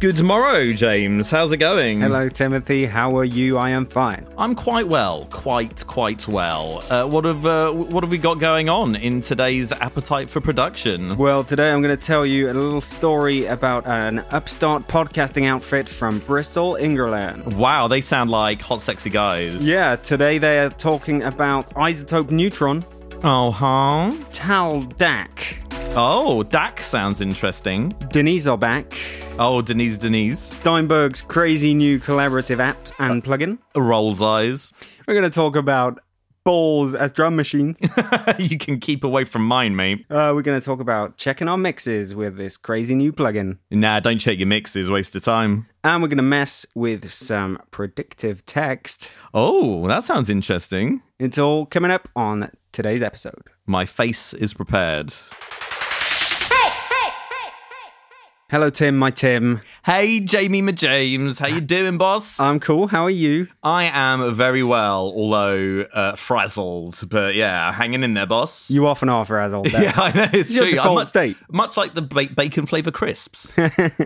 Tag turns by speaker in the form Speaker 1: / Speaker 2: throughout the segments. Speaker 1: Good morrow, James. How's it going?
Speaker 2: Hello, Timothy. How are you? I am fine.
Speaker 1: I'm quite well, quite quite well. Uh, what have uh, what have we got going on in today's appetite for production?
Speaker 2: Well, today I'm going to tell you a little story about an upstart podcasting outfit from Bristol, England.
Speaker 1: Wow, they sound like hot, sexy guys.
Speaker 2: Yeah, today they are talking about isotope neutron,
Speaker 1: Oh, huh.
Speaker 2: Taldac,
Speaker 1: Oh, Dak sounds interesting.
Speaker 2: Denisobac,
Speaker 1: Oh, Denise, Denise,
Speaker 2: Steinberg's crazy new collaborative apps and plugin.
Speaker 1: rolls eyes.
Speaker 2: We're going to talk about balls as drum machines.
Speaker 1: you can keep away from mine, mate.
Speaker 2: uh, we're going to talk about checking our mixes with this crazy new plugin.
Speaker 1: Nah, don't check your mixes. Waste of time.
Speaker 2: And we're going to mess with some predictive text.
Speaker 1: Oh, that sounds interesting.
Speaker 2: It's all coming up on today's episode.
Speaker 1: My face is prepared.
Speaker 2: Hello, Tim, my Tim.
Speaker 1: Hey, Jamie James, how you doing, boss?
Speaker 2: I'm cool. How are you?
Speaker 1: I am very well, although uh, frazzled. But yeah, hanging in there, boss.
Speaker 2: You off and off, Razzle.
Speaker 1: yeah, I know it's
Speaker 2: your
Speaker 1: true. I'm
Speaker 2: default
Speaker 1: much,
Speaker 2: state.
Speaker 1: much like the ba- bacon flavor crisps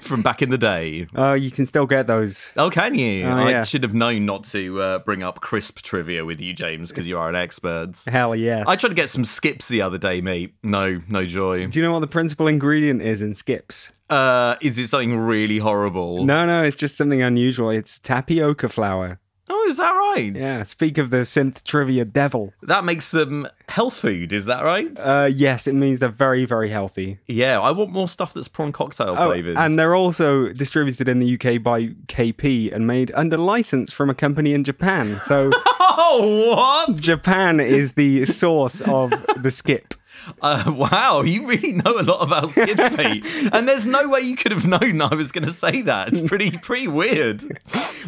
Speaker 1: from back in the day.
Speaker 2: Oh, you can still get those.
Speaker 1: Oh, can you?
Speaker 2: Oh,
Speaker 1: I
Speaker 2: yeah.
Speaker 1: should have known not to uh, bring up crisp trivia with you, James, because you are an expert.
Speaker 2: Hell yes.
Speaker 1: I tried to get some skips the other day, mate. No, no joy.
Speaker 2: Do you know what the principal ingredient is in skips?
Speaker 1: Uh, is it something really horrible?
Speaker 2: No, no, it's just something unusual. It's tapioca flour.
Speaker 1: Oh, is that right?
Speaker 2: Yeah, speak of the synth trivia devil.
Speaker 1: That makes them health food. Is that right?
Speaker 2: Uh, yes, it means they're very, very healthy.
Speaker 1: yeah, I want more stuff that's prawn cocktail
Speaker 2: Oh,
Speaker 1: flavors.
Speaker 2: and they're also distributed in the UK by KP and made under license from a company in Japan. So
Speaker 1: oh, what?
Speaker 2: Japan is the source of the skip.
Speaker 1: Uh, wow, you really know a lot about skips, mate. and there's no way you could have known I was going to say that. It's pretty pretty weird.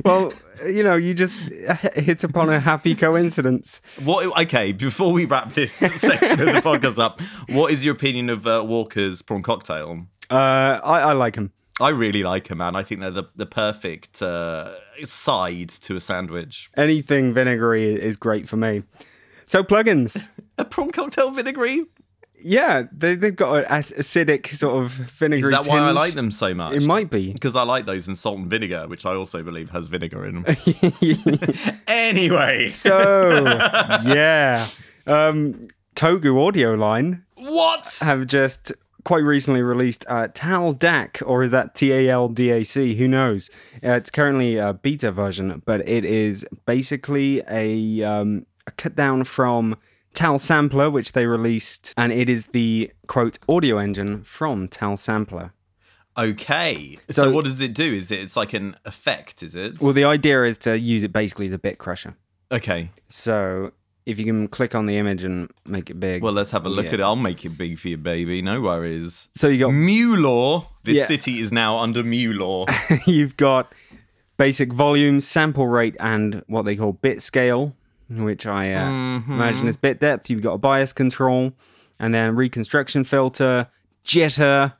Speaker 2: Well, you know, you just hit upon a happy coincidence.
Speaker 1: What? Okay, before we wrap this section of the podcast up, what is your opinion of uh, Walker's prawn cocktail?
Speaker 2: Uh, I, I like him.
Speaker 1: I really like them, man. I think they're the, the perfect uh, side to a sandwich.
Speaker 2: Anything vinegary is great for me. So plugins,
Speaker 1: A prawn cocktail vinegary?
Speaker 2: yeah, they, they've got an ac- acidic sort of vinegary.
Speaker 1: Is that why I
Speaker 2: tinge.
Speaker 1: like them so much?
Speaker 2: It might be.
Speaker 1: Because I like those in salt and vinegar, which I also believe has vinegar in them. anyway,
Speaker 2: so yeah, um, Togu Audio Line
Speaker 1: what?
Speaker 2: have just quite recently released uh, Tal DAC, or is that T A L D A C? Who knows? Uh, it's currently a beta version, but it is basically a, um, a cut down from Tal Sampler, which they released, and it is the quote audio engine from Tal Sampler.
Speaker 1: Okay. So,
Speaker 2: So-
Speaker 1: what does it do? Is it it's like an effect, is it?
Speaker 2: Well, the idea is to use it basically as a bit crusher.
Speaker 1: okay.
Speaker 2: So if you can click on the image and make it big.
Speaker 1: Well, let's have a look
Speaker 2: Yeah.
Speaker 1: at it. I'll make it big for you, baby. No worries.
Speaker 2: so you got
Speaker 1: Mew law. This
Speaker 2: Yeah.
Speaker 1: city is now under Mew law.
Speaker 2: you've got basic volume, sample rate, and what they call bit scale, which I uh,
Speaker 1: Mm-hmm.
Speaker 2: imagine is bit depth. You've got a bias control, and then reconstruction filter, jitter,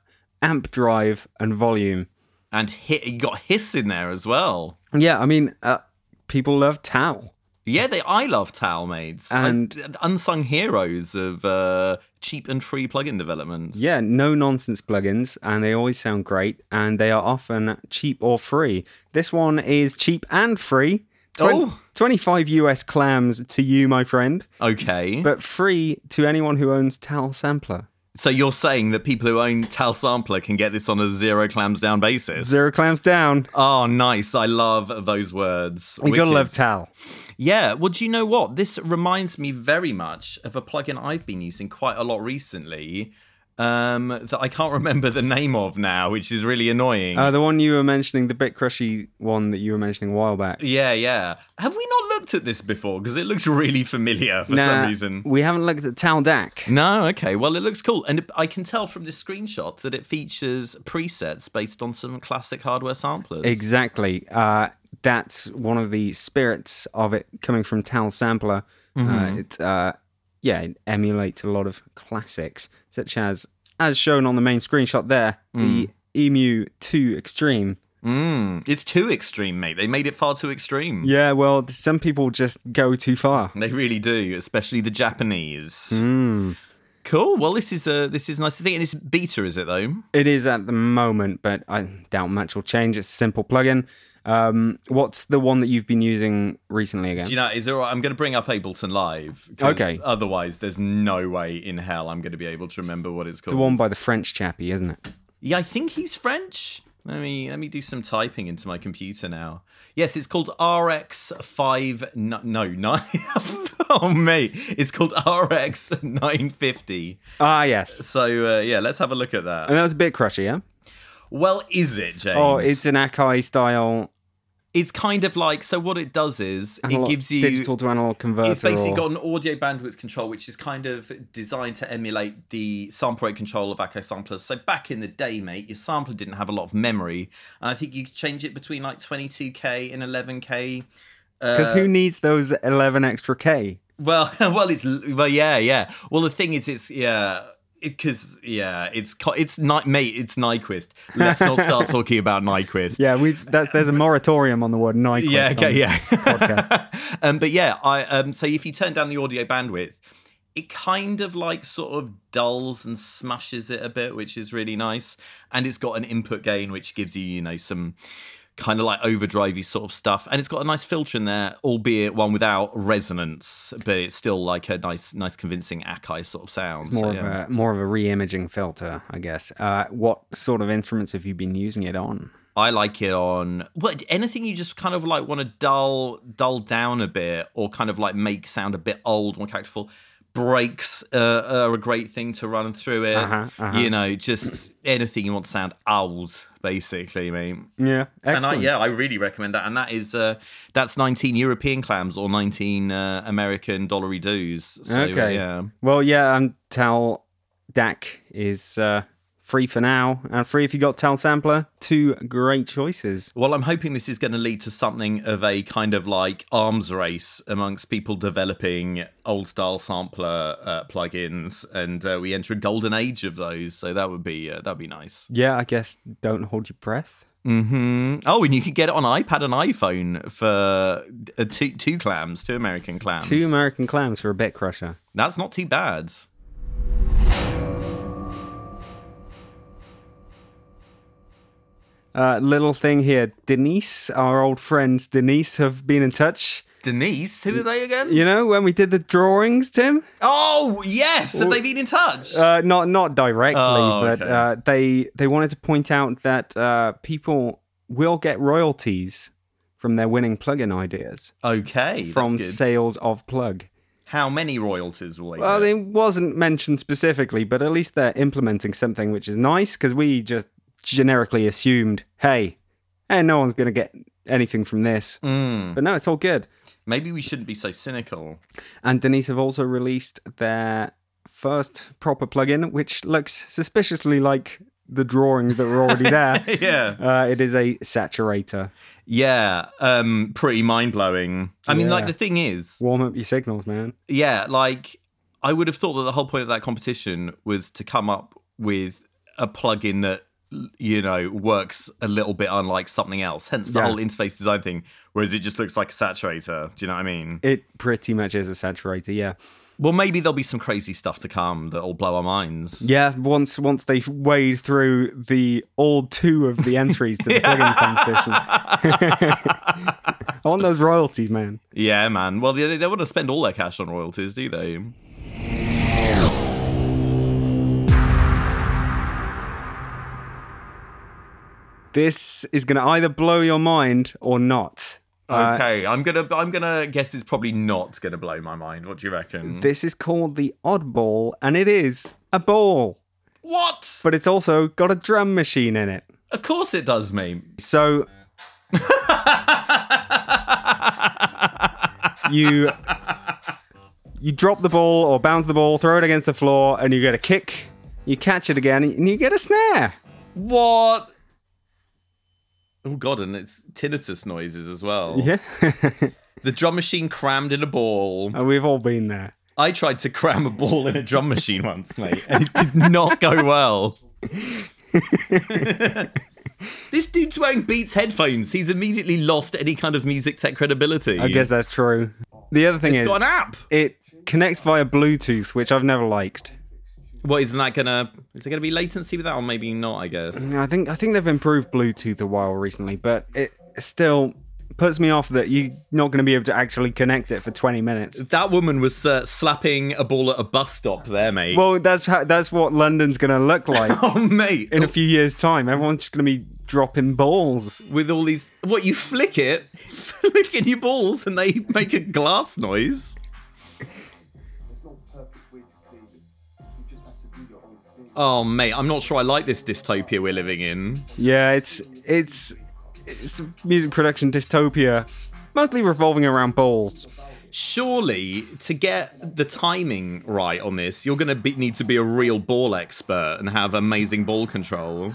Speaker 2: amp drive, and volume.
Speaker 1: and hi- you got hiss in there as well.
Speaker 2: Yeah, I mean, uh, people love Tau.
Speaker 1: Yeah, they. I love towel maids. I-
Speaker 2: And-
Speaker 1: unsung heroes of uh, cheap and free plugin development.
Speaker 2: Yeah, no nonsense plugins, and they always sound great, and they are often cheap or free. This one is cheap and free. Twen-
Speaker 1: Oh.
Speaker 2: 25 US clams to you, my friend,
Speaker 1: Okay.
Speaker 2: but free to anyone who owns Tal Sampler.
Speaker 1: so you're saying that people who own Tal Sampler can get this on a zero clams down basis?
Speaker 2: Zero clams down.
Speaker 1: Oh, nice. I love those words.
Speaker 2: You gotta
Speaker 1: Wicked.
Speaker 2: love Tal.
Speaker 1: Yeah, well, do you know what? This reminds me very much of a plugin I've been using quite a lot recently um, that I can't remember the name of now, which is really annoying.
Speaker 2: Uh, the one you were mentioning, the bit crushy one that you were mentioning a while back.
Speaker 1: yeah, yeah. Have we not looked at this before? Because it looks really familiar for
Speaker 2: Nah,
Speaker 1: some reason.
Speaker 2: We haven't looked at Tal DAC.
Speaker 1: No, okay. Well, it looks cool. And I can tell from this screenshot that it features presets based on some classic hardware samplers.
Speaker 2: Exactly. Uh, that's one of the spirits of it coming from Tal Sampler. Uh, it, uh, yeah, it emulates a lot of classics, such as, as shown on the main screenshot there, the Emu 2 Extreme.
Speaker 1: Mm, it's too extreme, mate. They made it far too extreme.
Speaker 2: Yeah, well, some people just go too far. Hmm.
Speaker 1: They really do, especially the Japanese. Cool. Well, this is uh, this is nice to think, and it's beta, is it though?
Speaker 2: It is at the moment, but I doubt much will change. It's a simple plugin. Um, what's the one that you've been using recently again?
Speaker 1: Do you know? Is there? I'm going to bring up Ableton Live. 'cause
Speaker 2: Okay.
Speaker 1: Otherwise, there's no way in hell I'm going to be able to remember what it's called.
Speaker 2: the one by the French chappie, isn't it?
Speaker 1: Yeah, I think he's French. Let me let me do some typing into my computer now. Yes, it's called RX five. No, no, nine. oh mate, it's called RX nine fifty.
Speaker 2: Ah, yes.
Speaker 1: So uh, yeah, let's have a look at that.
Speaker 2: And that was a bit crusher, yeah?
Speaker 1: Well, is it, James?
Speaker 2: Oh, it's an Akai style
Speaker 1: it's kind of like so. What it does is it
Speaker 2: analog-
Speaker 1: gives you
Speaker 2: digital to analog converter.
Speaker 1: It's basically
Speaker 2: or-
Speaker 1: got an audio bandwidth control, which is kind of designed to emulate the sample rate control of Acco samplers. So back in the day, mate, your sampler didn't have a lot of memory, and I think you could change it between like 22k and 11k.
Speaker 2: Because
Speaker 1: uh,
Speaker 2: who needs those 11 extra K?
Speaker 1: Well, well, it's well, yeah, yeah. Well, the thing is, it's yeah. Because yeah, it's co- it's Ni- mate, it's Nyquist. Let's not start talking about Nyquist.
Speaker 2: Yeah, we've that, there's a moratorium on the word Nyquist.
Speaker 1: yeah,
Speaker 2: on
Speaker 1: okay,
Speaker 2: this
Speaker 1: yeah.
Speaker 2: Podcast.
Speaker 1: um, but yeah, I um, so if you turn down the audio bandwidth, it kind of like sort of dulls and smashes it a bit, which is really nice. And it's got an input gain, which gives you you know some kind of like overdrivey sort of stuff. And it's got a nice filter in there, albeit one without resonance, but it's still like a nice, nice convincing Akai sort of sound. so,
Speaker 2: More
Speaker 1: yeah.
Speaker 2: of a more of a re-imaging filter, I guess. Uh, what sort of instruments have you been using it on?
Speaker 1: I like it on well anything you just kind of like want to dull dull down a bit or kind of like make sound a bit old, more characterful. Breaks uh, are a great thing to run through it.
Speaker 2: Uh-huh, uh-huh.
Speaker 1: You know, just anything you want to sound old, basically, mate.
Speaker 2: Yeah,
Speaker 1: And I,
Speaker 2: excellent.
Speaker 1: yeah, I really recommend that. And that is uh, that's nineteen European clams or nineteen uh, American dollary dues. So,
Speaker 2: okay.
Speaker 1: Yeah.
Speaker 2: Well, yeah, um, Tal DAC is uh, free for now, and free if you got Tal Sampler. Two great choices.
Speaker 1: Well, I'm hoping this is going to lead to something of a kind of like arms race amongst people developing old style sampler uh, plugins, and uh, we enter a golden age of those. So that would be uh, that'd be nice.
Speaker 2: Yeah, I guess don't hold your breath.
Speaker 1: hmm Oh, and you could get it on iPad and iPhone for uh, two two clams, two American clams.
Speaker 2: Two American clams for a bit crusher.
Speaker 1: That's not too bad.
Speaker 2: Uh, little thing here, Denise, our old friends Denise have been in touch.
Speaker 1: Denise, who are they again?
Speaker 2: You know when we did the drawings, Tim.
Speaker 1: Oh, yes. Have they been in touch?
Speaker 2: Uh, not not directly,
Speaker 1: Oh,
Speaker 2: but
Speaker 1: okay.
Speaker 2: uh, they they wanted to point out that uh, people will get royalties from their winning plugin ideas
Speaker 1: okay. that's
Speaker 2: from
Speaker 1: good.
Speaker 2: sales of plug.
Speaker 1: how many royalties will they?
Speaker 2: Well,
Speaker 1: get?
Speaker 2: it wasn't mentioned specifically, but at least they're implementing something which is nice because we just generically assumed, hey, hey, no one's gonna get anything from this.
Speaker 1: Mm.
Speaker 2: But no, it's all good.
Speaker 1: Maybe we shouldn't be so cynical.
Speaker 2: And Denise have also released their first proper plugin, which looks suspiciously like the drawings that were already there.
Speaker 1: yeah.
Speaker 2: Uh, it is a saturator.
Speaker 1: Yeah, um, pretty mind blowing. I mean, like
Speaker 2: Yeah.
Speaker 1: the thing is,
Speaker 2: Warm up your signals, man.
Speaker 1: yeah, like I would have thought that the whole point of that competition was to come up with a plugin that you know works a little bit unlike something else. Hence the
Speaker 2: Yeah.
Speaker 1: whole interface design thing. Whereas it just looks like a saturator. Do you know what I mean?
Speaker 2: It pretty much is a saturator, yeah.
Speaker 1: Well, maybe there'll be some crazy stuff to come that'll blow our minds.
Speaker 2: Yeah, once once they wade through the all two of the entries to the plugin competition. I want those royalties, man.
Speaker 1: Yeah, man. Well, they, they don't want to spend all their cash on royalties, do they?
Speaker 2: This is gonna either blow your mind or not. Uh,
Speaker 1: Okay, I'm gonna I'm gonna guess it's probably not gonna blow my mind. What do you reckon?
Speaker 2: This is called the oddball, and it is a ball.
Speaker 1: what?
Speaker 2: but it's also got a drum machine in it.
Speaker 1: Of course it does, mate.
Speaker 2: So you you drop the ball or bounce the ball, throw it against the floor, and you get a kick. You catch it again, and you get a snare.
Speaker 1: What? Oh god, and it's tinnitus noises as well.
Speaker 2: Yeah,
Speaker 1: The drum machine crammed in a ball.
Speaker 2: And we've all been there.
Speaker 1: I tried to cram a ball in a drum machine once, mate, and it did not go well. this dude's wearing Beats headphones. He's immediately lost any kind of music tech credibility.
Speaker 2: I guess that's true. The other thing
Speaker 1: it's
Speaker 2: is
Speaker 1: got an app.
Speaker 2: it connects via Bluetooth, which I've never liked.
Speaker 1: What isn't that gonna? Is there gonna be latency with that, or maybe not? I guess.
Speaker 2: I think I think they've improved Bluetooth a while recently, but it still puts me off that you're not going to be able to actually connect it for 20 minutes.
Speaker 1: That woman was uh, slapping a ball at a bus stop there, mate.
Speaker 2: Well, that's how, that's what London's going to look like
Speaker 1: oh, mate.
Speaker 2: in a few years' time. Everyone's just going to be dropping balls.
Speaker 1: with all these, what you flick it, flicking your balls, and they make a glass noise.
Speaker 3: There's no perfect way to play this. You just have to do your own thing.
Speaker 1: Oh, mate, I'm not sure I like this dystopia we're living in.
Speaker 2: Yeah, it's it's it's music production dystopia, mostly revolving around balls.
Speaker 1: Surely, to get the timing right on this, you're gonna be, need to be a real ball expert and have amazing ball control.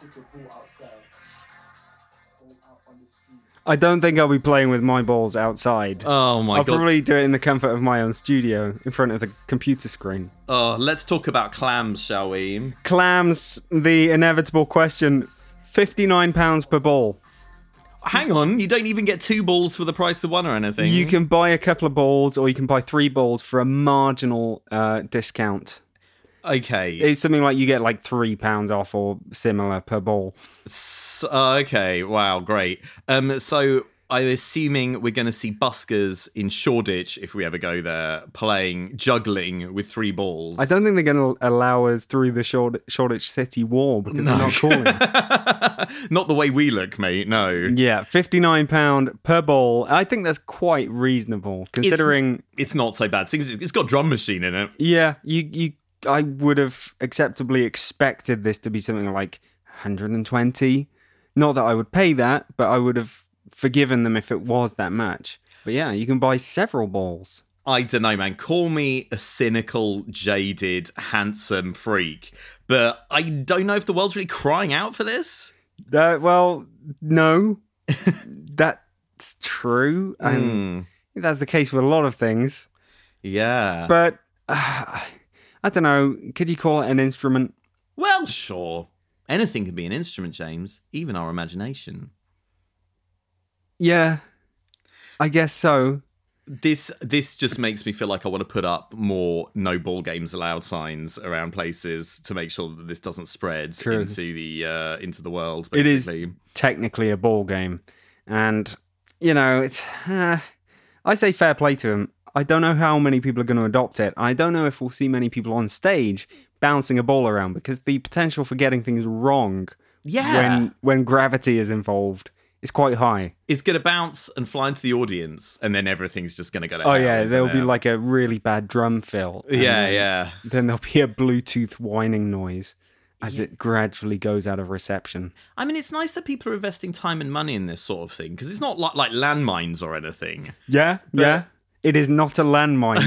Speaker 3: Take your ball outside. Go out on the street.
Speaker 2: I don't think I'll be playing with my balls outside.
Speaker 1: Oh my
Speaker 2: I'll
Speaker 1: god!
Speaker 2: probably do it in the comfort of my own studio in front of the computer screen.
Speaker 1: Oh, let's talk about clams, shall we?
Speaker 2: Clams, the inevitable question £59 per ball.
Speaker 1: Hang on, you don't even get two balls for the price of one or anything.
Speaker 2: You can buy a couple of balls or you can buy three balls for a marginal uh, discount.
Speaker 1: okay.
Speaker 2: It's something like you get like £3 off or similar per ball.
Speaker 1: S- uh, okay, wow, great. Um, so I'm assuming we're going to see buskers in Shoreditch if we ever go there, playing juggling with three balls.
Speaker 2: I don't think they're going to allow us through the Shord- Shoreditch City Wall because they're not calling.
Speaker 1: Not the way we look, mate. No,
Speaker 2: yeah, £59 per ball. I think that's quite reasonable considering.
Speaker 1: it's not so bad. It's it's got a drum machine in it.
Speaker 2: Yeah, you you I would have acceptably expected this to be something like 120. Not that I would pay that, but I would have forgiven them if it was that much. But yeah, you can buy several balls.
Speaker 1: I don't know, man. Call me a cynical, jaded, handsome freak, but I don't know if the world's really crying out for this.
Speaker 2: Uh, well, no. that's true. And
Speaker 1: Hmm.
Speaker 2: that's the case with a lot of things.
Speaker 1: yeah.
Speaker 2: But uh, I don't know, could you call it an instrument?
Speaker 1: Well, sure. Anything can be an instrument, James, even our imagination.
Speaker 2: Yeah. I guess so.
Speaker 1: This this just makes me feel like I want to put up more no ball games allowed signs around places to make sure that this doesn't spread
Speaker 2: True.
Speaker 1: into the uh, into the world.
Speaker 2: It is-
Speaker 1: Basically. It is.
Speaker 2: technically a ball game, and you know it's. Uh, I say fair play to him. I don't know how many people are going to adopt it. I don't know if we'll see many people on stage bouncing a ball around because the potential for getting things wrong
Speaker 1: Yeah,
Speaker 2: when when gravity is involved is quite high.
Speaker 1: it's gonna bounce and fly into the audience, and then everything's just gonna go. to
Speaker 2: Oh
Speaker 1: hell,
Speaker 2: yeah,
Speaker 1: isn't
Speaker 2: there'll be
Speaker 1: it?
Speaker 2: like a really bad drum fill. and
Speaker 1: yeah,
Speaker 2: then-
Speaker 1: yeah.
Speaker 2: Then there'll be a Bluetooth whining noise as it gradually goes out of reception.
Speaker 1: I mean, it's nice that people are investing time and money in this sort of thing because it's not like like landmines or anything.
Speaker 2: Yeah, yeah. It is not a landmine.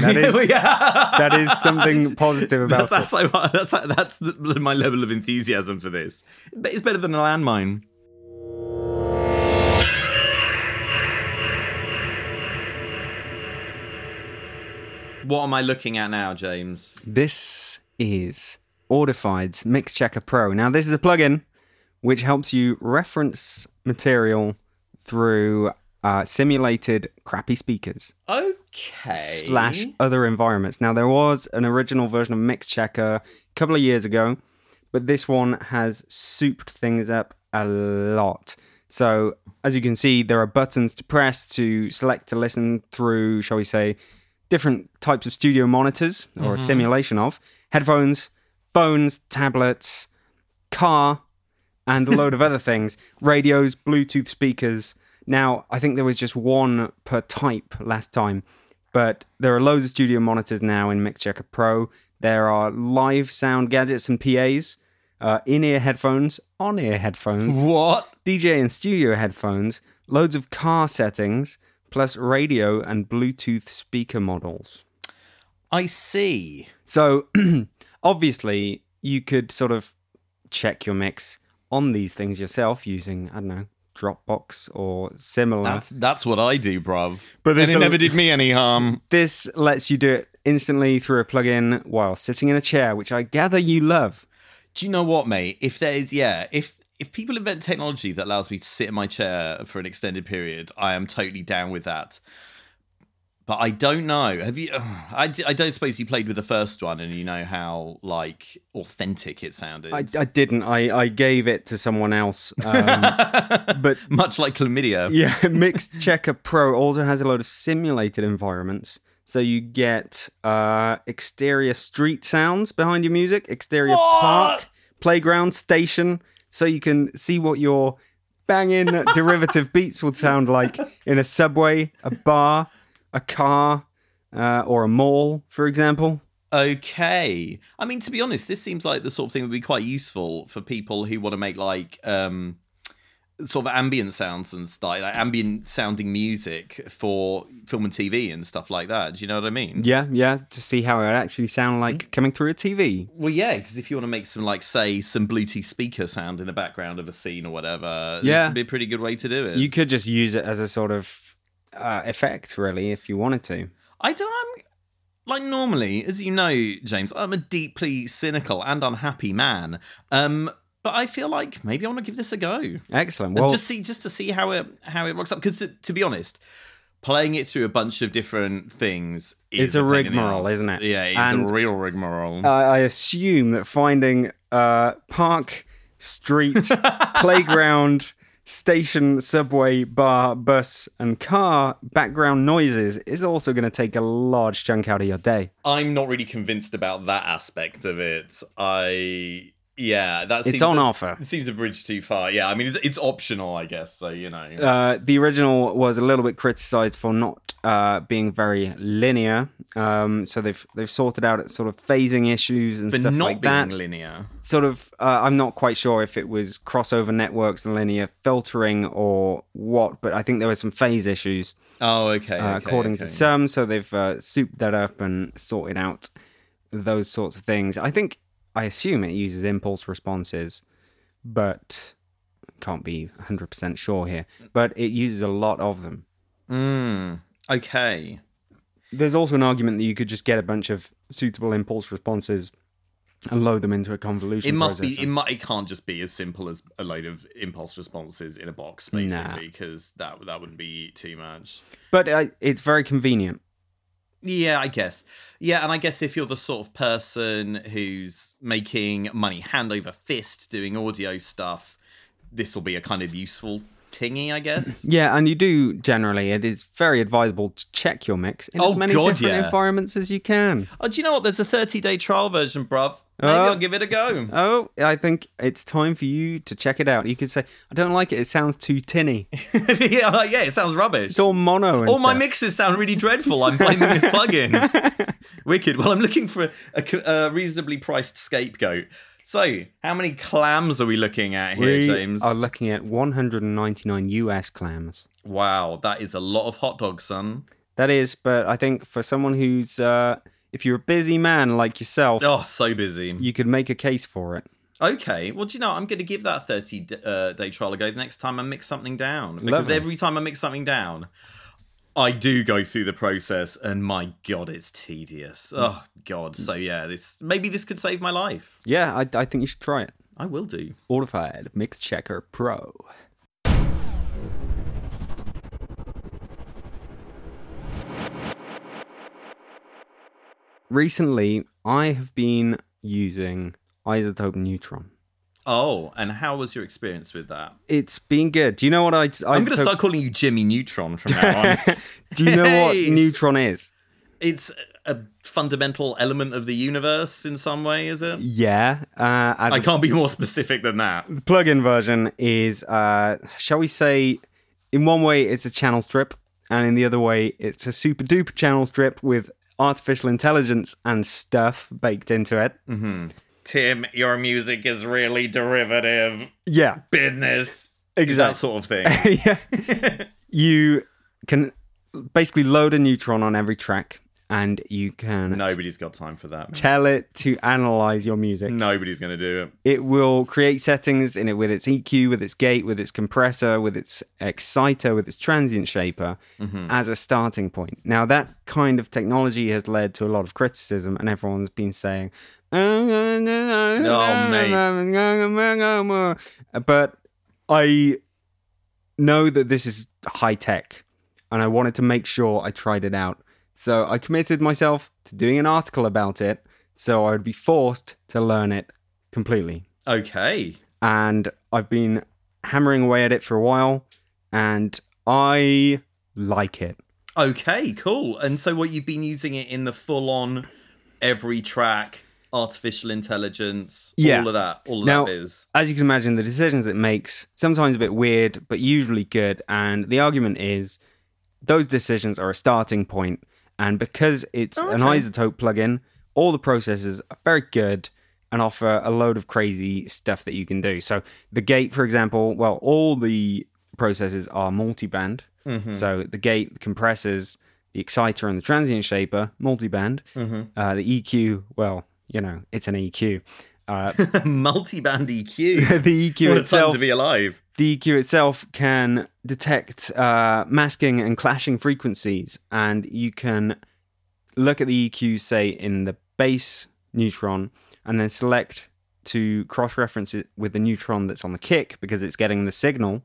Speaker 2: That is
Speaker 1: yeah.
Speaker 2: that is something positive about it.
Speaker 1: that's, that's, so- that's, that's the, my level of enthusiasm for this. But it's better than a landmine. What am I looking at now, James?
Speaker 2: This is Audified's Mix Checker Pro. Now, this is a plugin which helps you reference material through uh, simulated crappy speakers
Speaker 1: Okay.
Speaker 2: slash other environments. Now, there was an original version of Mix Checker a couple of years ago, but this one has souped things up a lot. So, as you can see, there are buttons to press to select to listen through, shall we say, different types of studio monitors or a simulation of headphones, phones, tablets, car, and a load of other things radios, Bluetooth speakers. Now, I think there was just one per type last time, but there are loads of studio monitors now in MixChecker Pro. There are live sound gadgets and PAs, uh, in ear headphones, on ear headphones.
Speaker 1: What?
Speaker 2: DJ and studio headphones, loads of car settings, plus radio and Bluetooth speaker models.
Speaker 1: I see.
Speaker 2: So, obviously, you could sort of check your mix on these things yourself using, I don't know, Dropbox or similar.
Speaker 1: That's that's what I do, bruv.
Speaker 2: But
Speaker 1: But and
Speaker 2: this
Speaker 1: it
Speaker 2: sort of-
Speaker 1: never did me any harm.
Speaker 2: this lets you do it instantly through a plugin while sitting in a chair, which I gather you love.
Speaker 1: Do you know what, mate? If there is, yeah, if if people invent technology that allows me to sit in my chair for an extended period, I am totally down with that. But I don't know. Have you? I, d- I don't suppose you played with the first one and you know how like authentic it sounded.
Speaker 2: I, I didn't. I, I gave it to someone else. Um, but
Speaker 1: Much like chlamydia.
Speaker 2: yeah, Mixed Checker Pro also has a lot of simulated environments. So you get uh, exterior street sounds behind your music, exterior park, playground, station, so you can see what your banging derivative beats will sound like in a subway, a bar, a car, uh, or a mall, for example.
Speaker 1: Okay. I mean, to be honest, this seems like the sort of thing that would be quite useful for people who want to make like um, sort of ambient sounds and stuff, like ambient sounding music for film and TV and stuff like that. Do you know what I mean?
Speaker 2: Yeah, yeah, to see how it actually sound like coming through a TV.
Speaker 1: Well, yeah, because if you want to make some, like, say, some Bluetooth speaker sound in the background of a scene or whatever, this
Speaker 2: Yeah.
Speaker 1: would be a pretty good way to do it.
Speaker 2: You could just use it as a sort of uh, effect, really, if you wanted to.
Speaker 1: I don't. I'm, like normally, as you know, James, I'm a deeply cynical and unhappy man. Um, but I feel like maybe I want to give this a go.
Speaker 2: Excellent. Well,
Speaker 1: just see, just to see how it how it rocks up. Because to be honest, playing it through a bunch of different things, is
Speaker 2: It's a
Speaker 1: pain in the
Speaker 2: rigmarole,
Speaker 1: arse.
Speaker 2: isn't it?
Speaker 1: Yeah, it's
Speaker 2: And-
Speaker 1: a real rigmarole.
Speaker 2: uh, I I assume that finding uh, park, street, playground, station, subway, bar, bus, and car background noises is also going to take a large chunk out of your day.
Speaker 1: I'm not really convinced about that aspect of it. I. Yeah, that
Speaker 2: It's
Speaker 1: seems,
Speaker 2: on
Speaker 1: that's-
Speaker 2: offer.
Speaker 1: It seems a bridge too far. Yeah, I mean, it's, it's optional, I guess. So you know,
Speaker 2: Uh, the original was a little bit criticized for not uh, being very linear, um, so they've they've sorted out its sort of phasing issues and
Speaker 1: but
Speaker 2: stuff
Speaker 1: not
Speaker 2: like
Speaker 1: being
Speaker 2: that.
Speaker 1: linear.
Speaker 2: sort of uh, I'm not quite sure if it was crossover networks and linear filtering or what, but I think there were some phase issues
Speaker 1: Oh, okay. okay,
Speaker 2: uh, according to
Speaker 1: okay.
Speaker 2: some, so they've uh, souped that up and sorted out those sorts of things. I think I assume it uses impulse responses, but can't be 100% sure here, but it uses a lot of them.
Speaker 1: Mm, okay.
Speaker 2: There's also an argument that you could just get a bunch of suitable impulse responses and load them into a convolution.
Speaker 1: It must
Speaker 2: processor.
Speaker 1: be. It, mu it can't just be as simple as a load of impulse responses in a box, basically, because that that wouldn't be too much.
Speaker 2: but uh, it's very convenient.
Speaker 1: Yeah, I guess. Yeah, and I guess if you're the sort of person who's making money hand over fist doing audio stuff, this will be a kind of useful tingy, I guess.
Speaker 2: Yeah, and you do generally. It is very advisable to check your mix in
Speaker 1: Oh,
Speaker 2: as many
Speaker 1: God,
Speaker 2: different
Speaker 1: yeah.
Speaker 2: environments as you can.
Speaker 1: oh, do you know what? There's a 30 day trial version, bruv. Maybe
Speaker 2: Oh.
Speaker 1: I'll give it a go.
Speaker 2: Oh, I think it's time for you to check it out. You could say, "I don't like it. It sounds too tinny.
Speaker 1: yeah, yeah, it sounds rubbish.
Speaker 2: It's all mono." And
Speaker 1: All my
Speaker 2: stuff."
Speaker 1: mixes sound really dreadful. I'm blaming this plugin. Wicked. Well, I'm looking for a, co- a reasonably priced scapegoat. So, how many clams are we looking at here,
Speaker 2: We
Speaker 1: James?
Speaker 2: are looking at 199 US clams.
Speaker 1: Wow, that is a lot of hot dogs, son.
Speaker 2: That is, but I think for someone who's, uh, if you're a busy man like yourself,
Speaker 1: Oh, so busy.
Speaker 2: you could make a case for it.
Speaker 1: Okay, well, do you know, I'm going to give that 30 d- uh, day trial a go the next time I mix something down. Because
Speaker 2: Lovely.
Speaker 1: every time I mix something down, I do go through the process, and my God, it's
Speaker 2: Mm.
Speaker 1: tedious. Oh, God. So, yeah, this maybe this could save my life.
Speaker 2: Yeah, I, I think you should try it.
Speaker 1: I will do.
Speaker 2: Fortified Mix Checker Pro. Recently, I have been using Isotope Neutron.
Speaker 1: Oh, and how was your experience with that?
Speaker 2: It's been good. Do you know what I?
Speaker 1: I'm going to start calling you Jimmy Neutron from now on.
Speaker 2: Do you know
Speaker 1: Hey!
Speaker 2: what neutron is?
Speaker 1: it's a fundamental element of the universe in some way, is it?
Speaker 2: Yeah. Uh, as
Speaker 1: I
Speaker 2: a
Speaker 1: can't be more specific than that.
Speaker 2: the plug-in version is uh shall we say in one way it's a channel strip and in the other way it's a super duper channel strip with artificial intelligence and stuff baked into it
Speaker 1: Tim, your music is really derivative
Speaker 2: yeah
Speaker 1: business. That
Speaker 2: exactly
Speaker 1: sort of thing.
Speaker 2: yeah. you can basically load a neutron on every track and you can
Speaker 1: Nobody's got time for that. man.
Speaker 2: tell it to analyze your music
Speaker 1: Nobody's going to do it.
Speaker 2: it will create settings in it with its EQ, with its gate, with its compressor, with its exciter, with its transient shaper
Speaker 1: Mm-hmm.
Speaker 2: as a starting point. Now, that kind of technology has led to a lot of criticism, and everyone's been saying, But I know that this is high tech, and I wanted to make sure I tried it out. So I committed myself to doing an article about it, so I would be forced to learn it completely.
Speaker 1: Okay.
Speaker 2: And I've been hammering away at it for a while, and I like it.
Speaker 1: Okay, cool. And so what you've been using it in the full on every track, artificial intelligence,
Speaker 2: Yeah.
Speaker 1: all of that, all of
Speaker 2: Now-
Speaker 1: that is.
Speaker 2: as you can imagine, the decisions it makes sometimes a bit weird, but usually good. And the argument is those decisions are a starting point, and because it's
Speaker 1: Oh,
Speaker 2: an
Speaker 1: okay.
Speaker 2: isotope plugin, all the processes are very good and offer a load of crazy stuff that you can do. So the gate, for example, well, all the processes are multi-band.
Speaker 1: Mhm.
Speaker 2: So the gate, the compressors, the exciter, and the transient shaper, multi-band.
Speaker 1: Mhm.
Speaker 2: Uh, the EQ, well, you know, it's an EQ. Uh,
Speaker 1: Multi-band EQ.
Speaker 2: the EQ
Speaker 1: what a time
Speaker 2: itself
Speaker 1: to be alive.
Speaker 2: the EQ itself can detect uh, masking and clashing frequencies, and you can look at the EQ, say, in the bass neutron, and then select to cross reference it with the neutron that's on the kick because it's getting the signal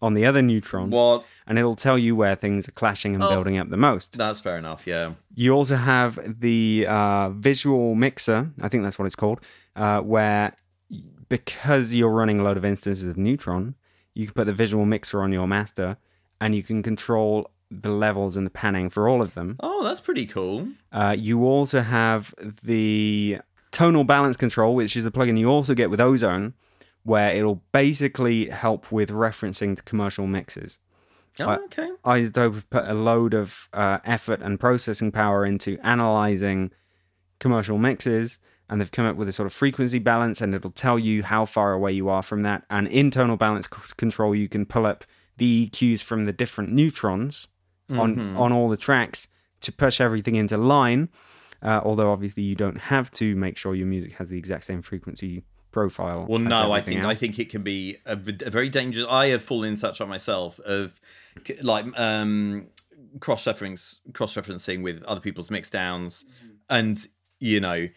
Speaker 2: on the other neutron,
Speaker 1: What?
Speaker 2: and it'll tell you where things are clashing and
Speaker 1: Oh.
Speaker 2: building up the most.
Speaker 1: That's fair enough. Yeah.
Speaker 2: You also have the uh, visual mixer, I think that's what it's called, uh, where y- because you're running a load of instances of Neutron, you can put the visual mixer on your master and you can control the levels and the panning for all of them.
Speaker 1: Oh, that's pretty cool.
Speaker 2: Uh, you also have the tonal balance control, which is a plugin you also get with Ozone, where it'll basically help with referencing to commercial mixes.
Speaker 1: Oh,
Speaker 2: I-
Speaker 1: okay.
Speaker 2: Isotope have put a load of uh, effort and processing power into analyzing commercial mixes, and they've come up with a sort of frequency balance, and it'll tell you how far away you are from that. And internal balance c- control, you can pull up the EQs from the different neutrons on
Speaker 1: Mhm.
Speaker 2: on all the tracks to push everything into line. Uh, although obviously you don't have to make sure your music has the exact same frequency profile.
Speaker 1: Well,
Speaker 2: as
Speaker 1: no, I
Speaker 2: everything
Speaker 1: think
Speaker 2: else.
Speaker 1: I think it can be a, v- a very dangerous. I have fallen into such trap myself of c- like um cross reference cross referencing with other people's mixdowns,
Speaker 2: Mm-hmm.
Speaker 1: and you know.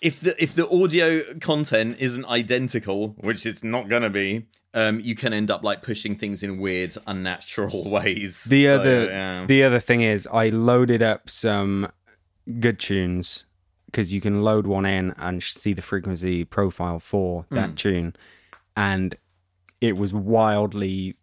Speaker 1: If the if the audio content isn't identical, which it's not gonna be, um, you can end up like pushing things in weird, unnatural ways.
Speaker 2: The
Speaker 1: So,
Speaker 2: other
Speaker 1: yeah.
Speaker 2: the other thing is I loaded up some good tunes because you can load one in and sh- see the frequency profile for that tune, and it was wildly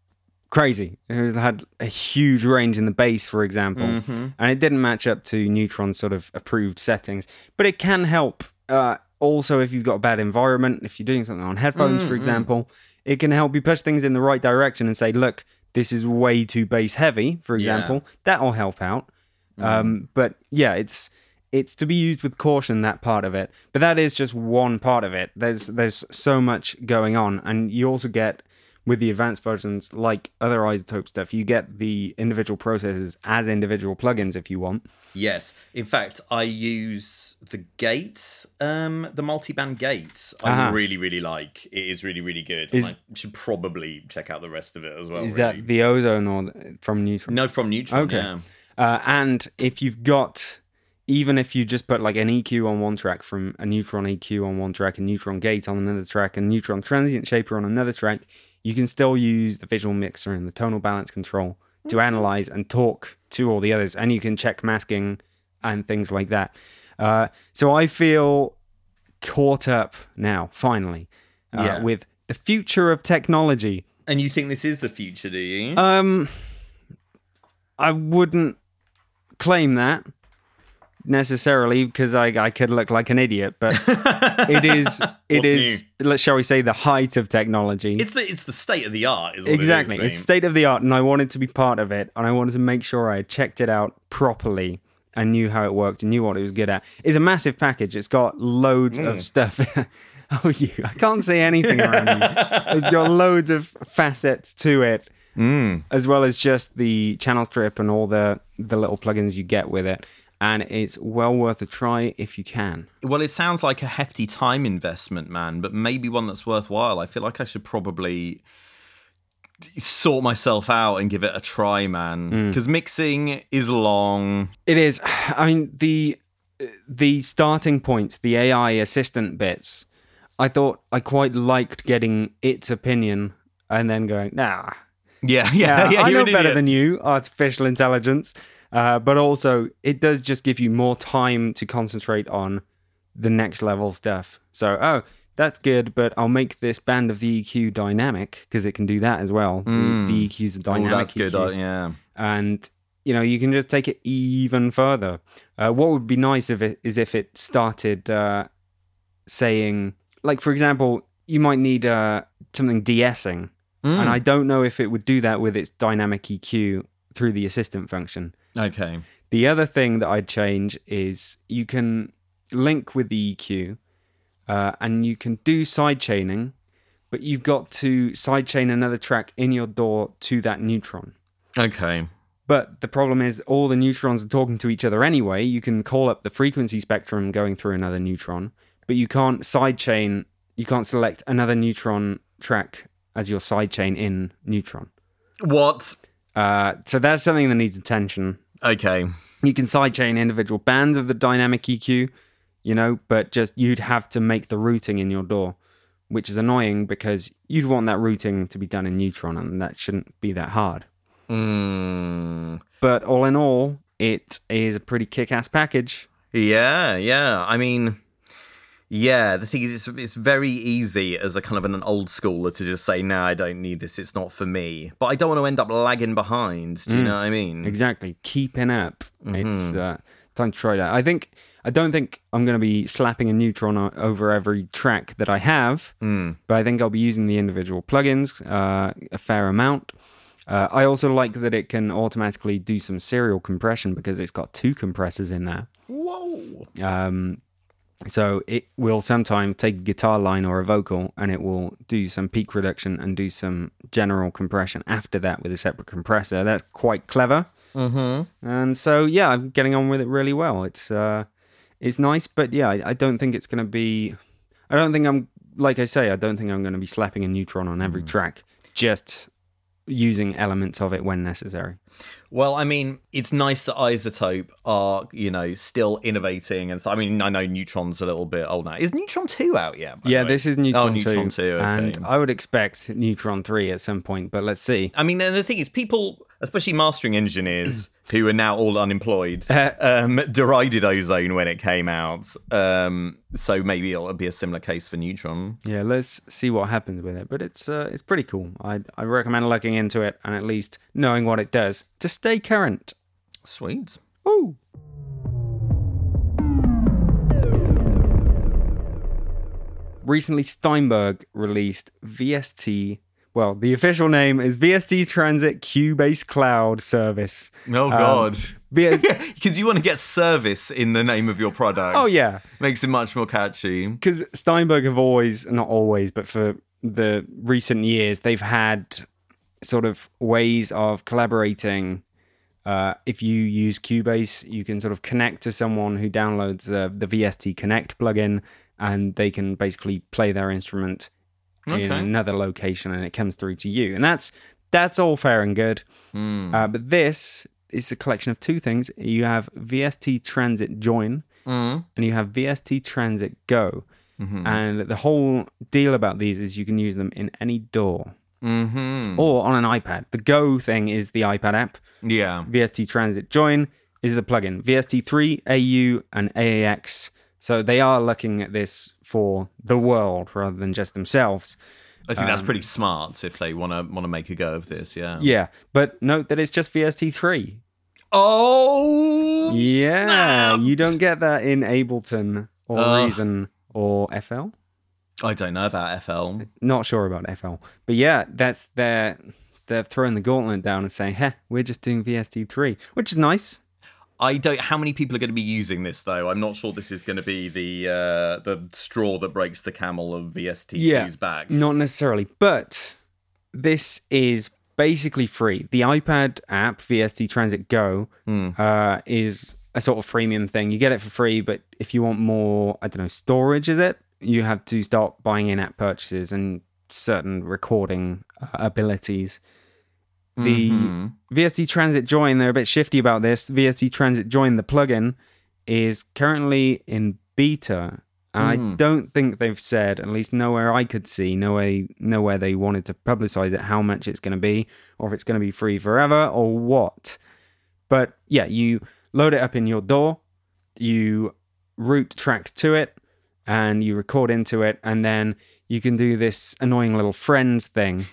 Speaker 2: crazy. It was- had a huge range in the bass, for example,
Speaker 1: Mm-hmm.
Speaker 2: and it didn't match up to Neutron's sort of approved settings, but it can help. Uh, also, if you've got a bad environment, if you're doing something on headphones, for example, it can help you push things in the right direction and say, look, this is way too bass heavy, for
Speaker 1: Yeah.
Speaker 2: example. That'll help out. Um, but yeah, it's it's to be used with caution that part of it. But that is just one part of it. There's there's so much going on, and you also get with the advanced versions, like other isotope stuff, you get the individual processes as individual plugins if you want.
Speaker 1: Yes. In fact, I use the gate, um, the multi-band gate. I
Speaker 2: Uh-huh.
Speaker 1: really, really like. It is really, really good.
Speaker 2: Is-
Speaker 1: and I should probably check out the rest of it as well.
Speaker 2: Is
Speaker 1: really.
Speaker 2: that the ozone or the- from Neutron?
Speaker 1: no from Neutron?
Speaker 2: Okay.
Speaker 1: yeah.
Speaker 2: Uh, and if you've got, even if you just put like an EQ on one track from a neutron EQ on one track, a neutron gate on another track, and neutron transient shaper on another track, you can still use the visual mixer and the tonal balance control to analyze and talk to all the others. And you can check masking and things like that. Uh, so I feel caught up now, finally, uh,
Speaker 1: Yeah.
Speaker 2: with the future of technology.
Speaker 1: And you think this is the future, do you?
Speaker 2: Um, I wouldn't claim that necessarily because I, I could look like an idiot, but it is it
Speaker 1: What's
Speaker 2: is let shall we say the height of technology.
Speaker 1: it's the it's the state of the art, is what
Speaker 2: exactly,
Speaker 1: It
Speaker 2: it's
Speaker 1: is,
Speaker 2: state of the art, and I wanted to be part of it, and I wanted to make sure I had checked it out properly. and knew how it worked and knew what it was good at. It's a massive package. It's got loads
Speaker 1: Mm.
Speaker 2: of stuff. oh, you! I can't say anything around you. It's got loads of facets to it
Speaker 1: Mm.
Speaker 2: as well as just the channel strip and all the the little plugins you get with it and it's well worth a try if you can
Speaker 1: Well, it sounds like a hefty time investment, man, but maybe one that's worthwhile. I feel like I should probably sort myself out and give it a try, man. Because mixing is long.
Speaker 2: it is i mean the the starting points the ai assistant bits i thought i quite liked getting its opinion and then going nah
Speaker 1: Yeah, yeah, yeah.
Speaker 2: I
Speaker 1: you're
Speaker 2: know
Speaker 1: an
Speaker 2: better
Speaker 1: idiot.
Speaker 2: than you, artificial intelligence. Uh, but also, it does just give you more time to concentrate on the next level stuff. So, oh, that's good, but I'll make this band of the EQ dynamic because it can do that as well. The-
Speaker 1: Mm.
Speaker 2: The EQ's a
Speaker 1: Oh,
Speaker 2: dynamic. E
Speaker 1: that's good.
Speaker 2: EQ
Speaker 1: uh, yeah.
Speaker 2: and you know you can just take it even further. Uh, what would be nice if it is if it started uh, saying, like for example, you might need uh, something de-essing,
Speaker 1: Hmm.
Speaker 2: and
Speaker 1: Mm.
Speaker 2: I don't know if it would do that with its dynamic EQ through the assistant function.
Speaker 1: Okay.
Speaker 2: The other thing that I'd change is you can link with the EQ uh, and you can do sidechaining, but you've got to sidechain another track in your door to that neutron.
Speaker 1: Okay.
Speaker 2: But the problem is, all the neutrons are talking to each other anyway. You can call up the frequency spectrum going through another neutron, but you can't sidechain, you can't select another neutron track as your sidechain in neutron.
Speaker 1: What?
Speaker 2: Uh, so that's something that needs attention.
Speaker 1: Okay.
Speaker 2: You can sidechain individual bands of the dynamic EQ, you know, but just you'd have to make the routing in your door, which is annoying because you'd want that routing to be done in neutron, and that shouldn't be that hard.
Speaker 1: Mm.
Speaker 2: But all in all, it is a pretty kick-ass package.
Speaker 1: Mm-hmm. Yeah, yeah. I mean, yeah. The thing is, it's, it's very easy as a kind of an old schooler to just say, "No, I don't need this. It's not for me." But I don't want to end up lagging behind. Do you
Speaker 2: Mm.
Speaker 1: know what I mean?
Speaker 2: Exactly, keeping up. It's uh, time to try that. I think I don't think I'm going to be slapping a neutron o- over every track that I have, but I think I'll be using the individual plugins uh, a fair amount. Uh, I also like that it can automatically do some serial compression because it's got two compressors in there.
Speaker 1: Whoa.
Speaker 2: Um, so it will sometimes take a guitar line or a vocal and it will do some peak reduction and do some general compression after that with a separate compressor. That's quite clever. Mm-hmm. And so, yeah, I'm getting on with it really well. It's uh, it's nice, but yeah, I, I don't think it's going to be. I don't think I'm like I say. I don't think I'm going to be slapping a neutron on
Speaker 1: Mm-hmm.
Speaker 2: every track. Just using elements of it when necessary.
Speaker 1: Well, I mean, it's nice that Isotope are, you know, still innovating, and so I mean, I know Neutron's a little bit old now. Is Neutron two out yet? by
Speaker 2: Yeah,
Speaker 1: the way?
Speaker 2: this is Neutron,
Speaker 1: Oh, Neutron
Speaker 2: 2,
Speaker 1: two. okay.
Speaker 2: and I would expect Neutron 3 at some point, but let's see.
Speaker 1: I mean, and the thing is, people, especially mastering engineers who are now all unemployed,
Speaker 2: Uh,
Speaker 1: um, derided ozone when it came out. Um, so maybe it'll be a similar case for Neutron.
Speaker 2: Yeah, let's see what happens with it. But it's uh, it's pretty cool. I I recommend looking into it and at least knowing what it does to stay current.
Speaker 1: Sweet.
Speaker 2: Ooh. Recently, Steinberg released VST. Well, the official name is VST Transit Cubase Cloud Service.
Speaker 1: Oh God,
Speaker 2: VS-
Speaker 1: because you want to get service in the name of your product.
Speaker 2: oh yeah,
Speaker 1: makes it much more catchy.
Speaker 2: because Mm. Steinberg have always, not always, but for the recent years, they've had sort of ways of collaborating. Uh, if you use Cubase, you can sort of connect to someone who downloads uh, the VST Connect plugin, and they can basically play their instrument in
Speaker 1: Okay.
Speaker 2: another location, and it comes through to you. And that's that's all fair and good. Uh, but this is a collection of two things. You have VST Transit Join,
Speaker 1: Mm-hmm.
Speaker 2: and you have VST Transit Go. And the whole deal about these is you can use them in any door
Speaker 1: Mm-hmm.
Speaker 2: or on an iPad. The Go thing is the iPad app.
Speaker 1: Yeah.
Speaker 2: VST Transit Join is the plugin. VST3, AU, and AAX. So they are looking at this for the world rather than just themselves.
Speaker 1: I think that's pretty smart if they want to want to make a go of this. Yeah.
Speaker 2: Yeah, but note that it's just VST3.
Speaker 1: Oh.
Speaker 2: Yeah,
Speaker 1: snap!
Speaker 2: you don't get that in Ableton or
Speaker 1: Ugh.
Speaker 2: Reason or FL.
Speaker 1: I don't know about FL.
Speaker 2: not sure about FL, but yeah, that's their they're throwing the gauntlet down and saying, "Heh, we're just doing VST three, which is nice."
Speaker 1: I don't. How many people are going to be using this though? I'm not sure this is going to be the uh, the straw that breaks the camel of VST2's
Speaker 2: Yeah.
Speaker 1: back.
Speaker 2: Not necessarily, but this is basically free. The iPad app VST Transit Go uh, is a sort of freemium thing. You get it for free, but if you want more, I don't know, storage, is it? You have to start buying in-app purchases and certain recording uh, abilities. The
Speaker 1: Mm-hmm.
Speaker 2: VST Transit Join, they're a bit shifty about this. VST Transit Join, the plugin, is currently in beta. And I don't think they've said, at least nowhere I could see, nowhere, nowhere they wanted to publicize it, how much it's going to be, or if it's going to be free forever, or what. But yeah, you load it up in your door, you route tracks to it, and you record into it, and then you can do this annoying little friends thing.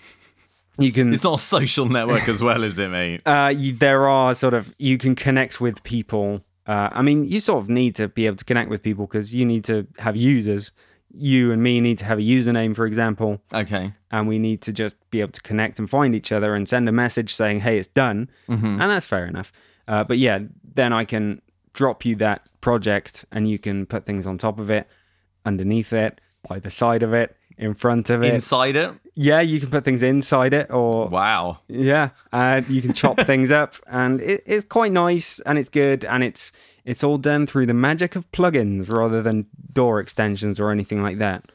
Speaker 2: You can
Speaker 1: It's not a social network as well, is it, mate?
Speaker 2: uh, you, there are sort of you can connect with people. Uh, I mean, you sort of need to be able to connect with people because you need to have users. You and me need to have a username, for example,
Speaker 1: Okay.
Speaker 2: and we need to just be able to connect and find each other and send a message saying, "Hey, it's done," and that's fair enough. Uh, but yeah, then I can drop you that project, and you can put things on top of it, underneath it, by the side of it, in front of it.
Speaker 1: Inside it?
Speaker 2: yeah, you can put things inside it or
Speaker 1: Wow.
Speaker 2: yeah, uh, you can chop things up, and it, it's quite nice, and it's good, and it's it's all done through the magic of plugins rather than door extensions or anything like that.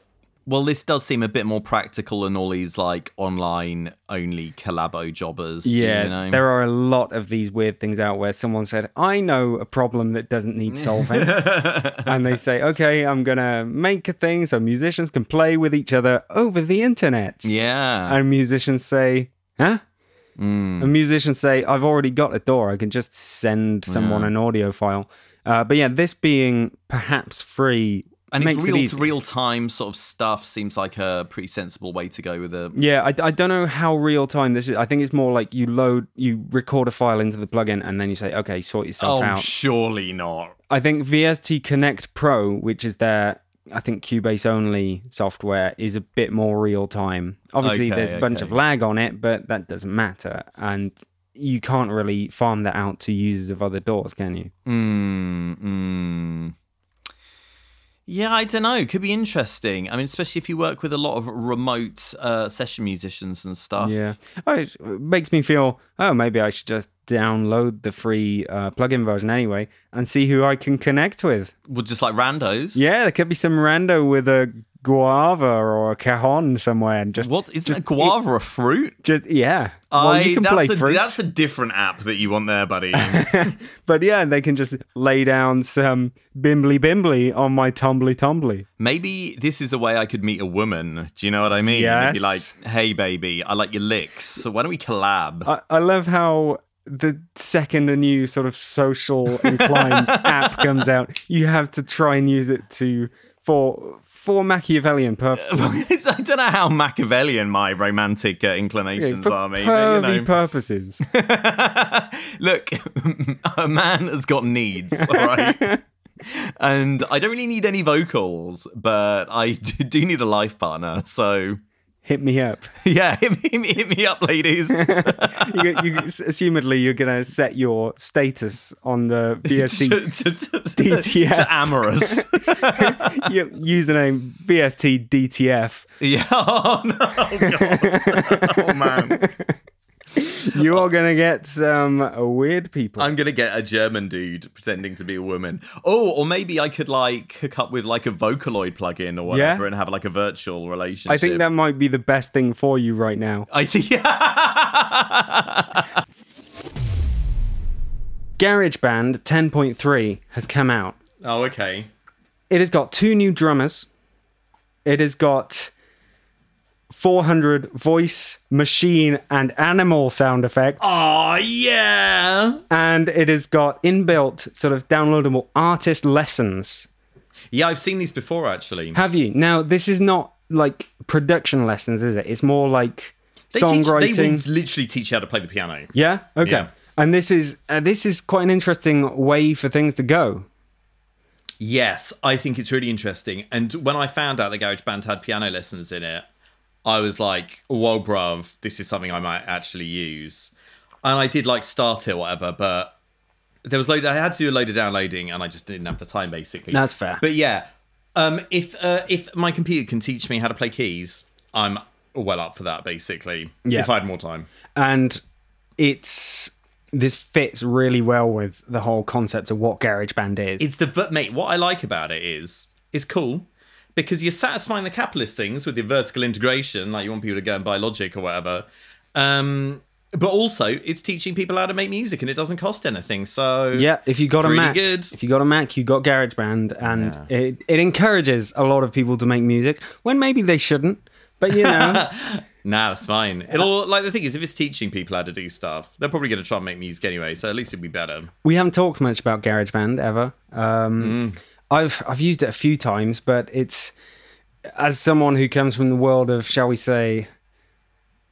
Speaker 1: Well, this does seem a bit more practical than all these like online only collabo jobbers.
Speaker 2: Yeah,
Speaker 1: You know?
Speaker 2: there are a lot of these weird things out where someone said, "I know a problem that doesn't need solving," and they say, "Okay, I'm gonna make a thing so musicians can play with each other over the internet."
Speaker 1: yeah.
Speaker 2: and musicians say, "Huh."
Speaker 1: Mm.
Speaker 2: And musicians say, I've already got a door. I can just send someone
Speaker 1: Yeah.
Speaker 2: an audio file. Uh, but yeah, this being perhaps free
Speaker 1: And
Speaker 2: makes
Speaker 1: it's real
Speaker 2: it easy.
Speaker 1: real time sort of stuff seems like a pretty sensible way to go with it.
Speaker 2: Yeah, I, I don't know how real time this is. I think it's more like you load, you record a file into the plugin, and then you say, okay, sort
Speaker 1: Oh,
Speaker 2: yourself out.
Speaker 1: surely not.
Speaker 2: I think VST Connect Pro, which is their, I think Cubase only software, is a bit more real time. Obviously,
Speaker 1: Okay,
Speaker 2: there's a bunch
Speaker 1: okay.
Speaker 2: of lag on it, but that doesn't matter. And you can't really farm that out to users of other doors, can you?
Speaker 1: Mm, mm. Yeah, I don't know. Could be interesting. I mean, especially if you work with a lot of remote uh, session musicians and stuff.
Speaker 2: Yeah. Oh, it makes me feel, oh, maybe I should just download the free uh, plugin version anyway and see who I can connect with.
Speaker 1: Well, just like randos.
Speaker 2: Yeah, there could be some rando with a guava or a cajon somewhere and just.
Speaker 1: What isn't
Speaker 2: just-
Speaker 1: a guava a fruit?
Speaker 2: Just, yeah.
Speaker 1: I-
Speaker 2: well, you can
Speaker 1: that's
Speaker 2: play
Speaker 1: a,
Speaker 2: fruits.
Speaker 1: That's a different app that you want there, buddy.
Speaker 2: but yeah, they can just lay down some bimbly bimbly on my tumbly tumbly.
Speaker 1: Maybe this is a way I could meet a woman. Do you know what I mean? And Be like,
Speaker 2: Yes. Oh.
Speaker 1: hey, baby, I like your licks. So why don't we collab?
Speaker 2: I, I love how the second a new sort of social inclined app comes out, you have to try and use it to for for Machiavellian purposes.
Speaker 1: It's- I don't know how Machiavellian my romantic uh,
Speaker 2: Yeah,
Speaker 1: inclinations
Speaker 2: for
Speaker 1: are, maybe.
Speaker 2: pervy
Speaker 1: You know.
Speaker 2: purposes.
Speaker 1: Look, a man has got needs, all right? and I don't really need any vocals, but I d- do need a life partner. So,
Speaker 2: Hit me up.
Speaker 1: yeah, hit me, hit me up, ladies.
Speaker 2: You, you, assumedly, you're going to set your status on the VST
Speaker 1: to, to, to,
Speaker 2: DTF.
Speaker 1: to amorous.
Speaker 2: your username VST DTF.
Speaker 1: Yeah. Oh, no. God. oh, man.
Speaker 2: You are going to get some weird people.
Speaker 1: I'm going to get a German dude pretending to be a woman. Oh, or maybe I could like hook up with like a Vocaloid plugin or whatever
Speaker 2: Yeah.
Speaker 1: and have like a virtual relationship.
Speaker 2: I think that might be the best thing for you right now.
Speaker 1: I think.
Speaker 2: GarageBand 10.3 has come out.
Speaker 1: oh, okay.
Speaker 2: It has got two new drummers. It has got 400 voice, machine, and animal sound effects.
Speaker 1: Oh, yeah.
Speaker 2: And it has got inbuilt sort of downloadable artist lessons.
Speaker 1: Yeah, I've seen these before actually.
Speaker 2: Have you? Now, this is not like production lessons, is it? It's more like
Speaker 1: They teach-
Speaker 2: songwriting.
Speaker 1: they will literally teach you how to play the piano.
Speaker 2: Yeah. Okay.
Speaker 1: Yeah.
Speaker 2: And this is uh, this is quite an interesting way for things to go.
Speaker 1: Yes, I think it's really interesting. And when I found out the Garage Band had piano lessons in it, I was like, "Whoa, bruv, this is something I might actually use." And I did like start it, whatever, but there was load. I had to do a load of downloading, and I just didn't have the time, basically.
Speaker 2: That's fair.
Speaker 1: But yeah, um, if uh, if my computer can teach me how to play keys, I'm well up for that, basically.
Speaker 2: Yeah.
Speaker 1: If I had more time.
Speaker 2: And it's this fits really well with the whole concept of what GarageBand is.
Speaker 1: It's the but mate. What I like about it is it's cool because you're satisfying the capitalist things with your vertical integration, like you want people to go and buy Logic or whatever. Um, but also, it's teaching people how to make music, and it doesn't cost anything. So
Speaker 2: yeah, if you got a
Speaker 1: pretty
Speaker 2: Mac,
Speaker 1: good.
Speaker 2: if you got a Mac, you got GarageBand, and it, it encourages a lot of people to make music when maybe they shouldn't. But you know,
Speaker 1: Nah, that's fine. It'll like the thing is, if it's teaching people how to do stuff, they're probably going to try and make music anyway. So at least it'd be better.
Speaker 2: We haven't talked much about GarageBand ever. Um, I've I've used it a few times, but it's as someone who comes from the world of, shall we say,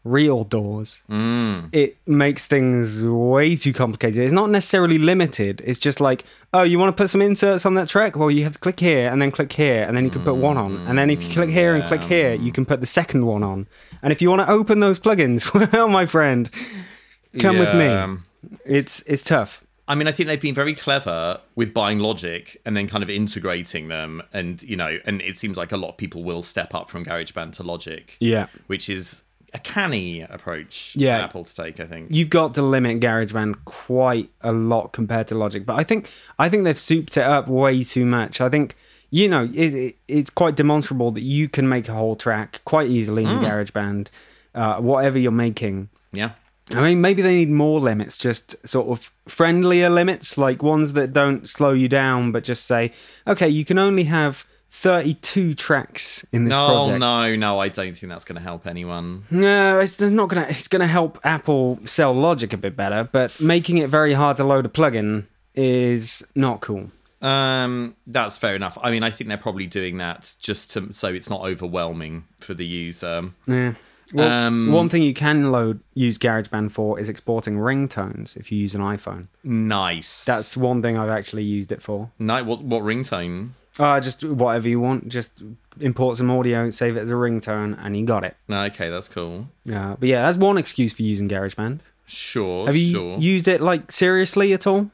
Speaker 2: real doors, it makes things way too complicated. It's not necessarily limited. It's just like, oh, you want to put some inserts on that track? Well, you have to click here and then click here, and then you can put one on. And then if you click here and click here, you can put the second one on. And if you want to open those plugins, well, my friend, come
Speaker 1: Yeah.
Speaker 2: with me. It's it's tough.
Speaker 1: I mean, I think they've been very clever with buying Logic and then kind of integrating them, and you know, and it seems like a lot of people will step up from GarageBand to Logic.
Speaker 2: Yeah.
Speaker 1: which is a canny approach.
Speaker 2: Yeah.
Speaker 1: for Apple to take, I think.
Speaker 2: you've got to limit GarageBand quite a lot compared to Logic. But I think I think they've souped it up way too much. I think you know it, it, it's quite demonstrable that you can make a whole track quite easily
Speaker 1: Mm.
Speaker 2: in GarageBand, uh, whatever you're making.
Speaker 1: yeah,
Speaker 2: I mean, maybe they need more limits, just sort of friendlier limits, like ones that don't slow you down, but just say, okay, you can only have 32 tracks in this
Speaker 1: no,
Speaker 2: project.
Speaker 1: no, no. I don't think that's going to help anyone.
Speaker 2: No, it's, it's not gonna. It's gonna help Apple sell Logic a bit better, but making it very hard to load a plugin is not cool.
Speaker 1: Um, that's fair enough. I mean, I think they're probably doing that just to so it's not overwhelming for the user.
Speaker 2: Yeah. Well,
Speaker 1: Um,
Speaker 2: one thing you can load use GarageBand for is exporting ringtones if you use an iPhone.
Speaker 1: Nice.
Speaker 2: That's one thing I've actually used it for.
Speaker 1: nice. What what ringtone?
Speaker 2: Uh, just whatever you want, just import some audio, save it as a ringtone, and you got it.
Speaker 1: No, okay, that's cool.
Speaker 2: Uh, but yeah, that's one excuse for using GarageBand.
Speaker 1: Sure,
Speaker 2: Have you
Speaker 1: sure.
Speaker 2: used it like seriously at all?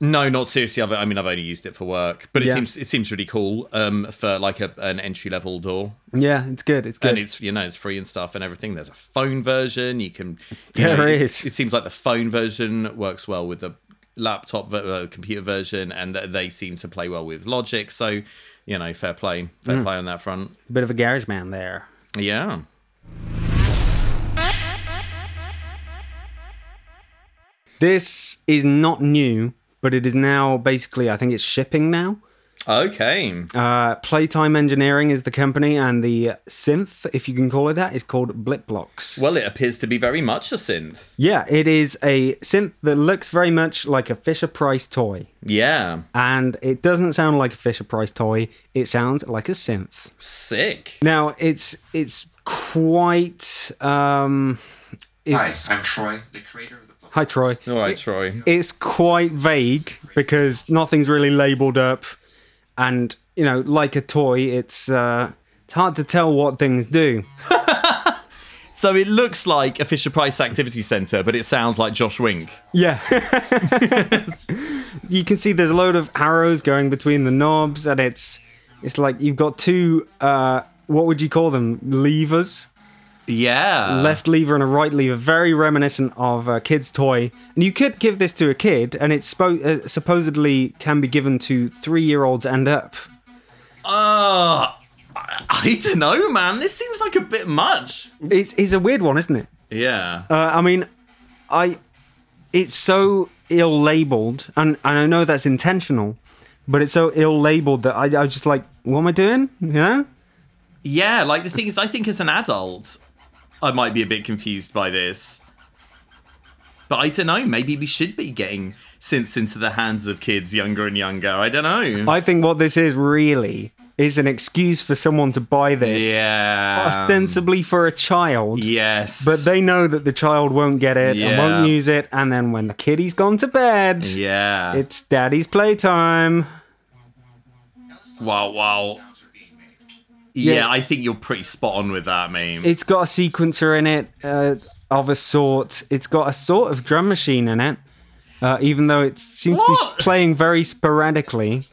Speaker 1: No, not seriously. I've, I mean, I've only used it for work, but it
Speaker 2: Yeah.
Speaker 1: seems it seems really cool um, for like a, an entry level door.
Speaker 2: Yeah, it's good. It's good.
Speaker 1: and it's you know it's free and stuff and everything. There's a phone version. You can you
Speaker 2: There
Speaker 1: know, it-
Speaker 2: is.
Speaker 1: It, seems like the phone version works well with the laptop ver- uh, computer version, and th- they seem to play well with Logic. So you know, fair play, fair play on that front.
Speaker 2: Bit of a GarageBand there.
Speaker 1: Yeah.
Speaker 2: This is not new, but it is now basically, I think it's shipping now.
Speaker 1: Okay.
Speaker 2: Uh, Playtime Engineering is the company, and the synth, if you can call it that, is called Blipblocks.
Speaker 1: Well, it appears to be very much a synth.
Speaker 2: Yeah, it is a synth that looks very much like a Fisher Price toy.
Speaker 1: Yeah.
Speaker 2: And it doesn't sound like a Fisher Price toy, it sounds like a synth.
Speaker 1: Sick.
Speaker 2: Now, it's it's quite. Um,
Speaker 4: Hi, I'm Troy, the creator of the book.
Speaker 2: hi, Troy.
Speaker 1: All right, Troy.
Speaker 2: it's quite vague because nothing's really labeled up and you know like a toy it's uh it's hard to tell what things do
Speaker 1: So it looks like a Fisher Price Activity Center, but it sounds like Josh Wink.
Speaker 2: yeah you can see there's a load of arrows going between the knobs and it's it's like you've got two uh what would you call them levers
Speaker 1: Yeah.
Speaker 2: left lever and a right lever, very reminiscent of a kid's toy. And you could give this to a kid, and it's spo- uh, supposedly can be given to three-year-olds and up.
Speaker 1: Uh, I- I don't know, man. This seems like a bit much.
Speaker 2: It's, it's a weird one, isn't it?
Speaker 1: Yeah.
Speaker 2: Uh, I mean, I. It's so ill labeled, and, and I know that's intentional, but it's so ill labeled that I, I was just like, what am I doing? You know?
Speaker 1: Yeah, like the thing is, I think as an adult, I might be a bit confused by this. But I don't know. Maybe we should be getting synths into the hands of kids younger and younger. I don't know.
Speaker 2: I think what this is really is an excuse for someone to buy this.
Speaker 1: yeah.
Speaker 2: Ostensibly for a child.
Speaker 1: Yes.
Speaker 2: But they know that the child won't get it and
Speaker 1: Yeah.
Speaker 2: won't use it, and then when the kiddie's gone to bed,
Speaker 1: Yeah.
Speaker 2: it's daddy's playtime.
Speaker 1: wow. Wow. Yeah,
Speaker 2: Yeah.
Speaker 1: I think you're pretty spot on with that, meme.
Speaker 2: It's got a sequencer in it uh, of a sort. It's got a sort of drum machine in it, uh, even though it seems to
Speaker 1: What?
Speaker 2: be playing very sporadically.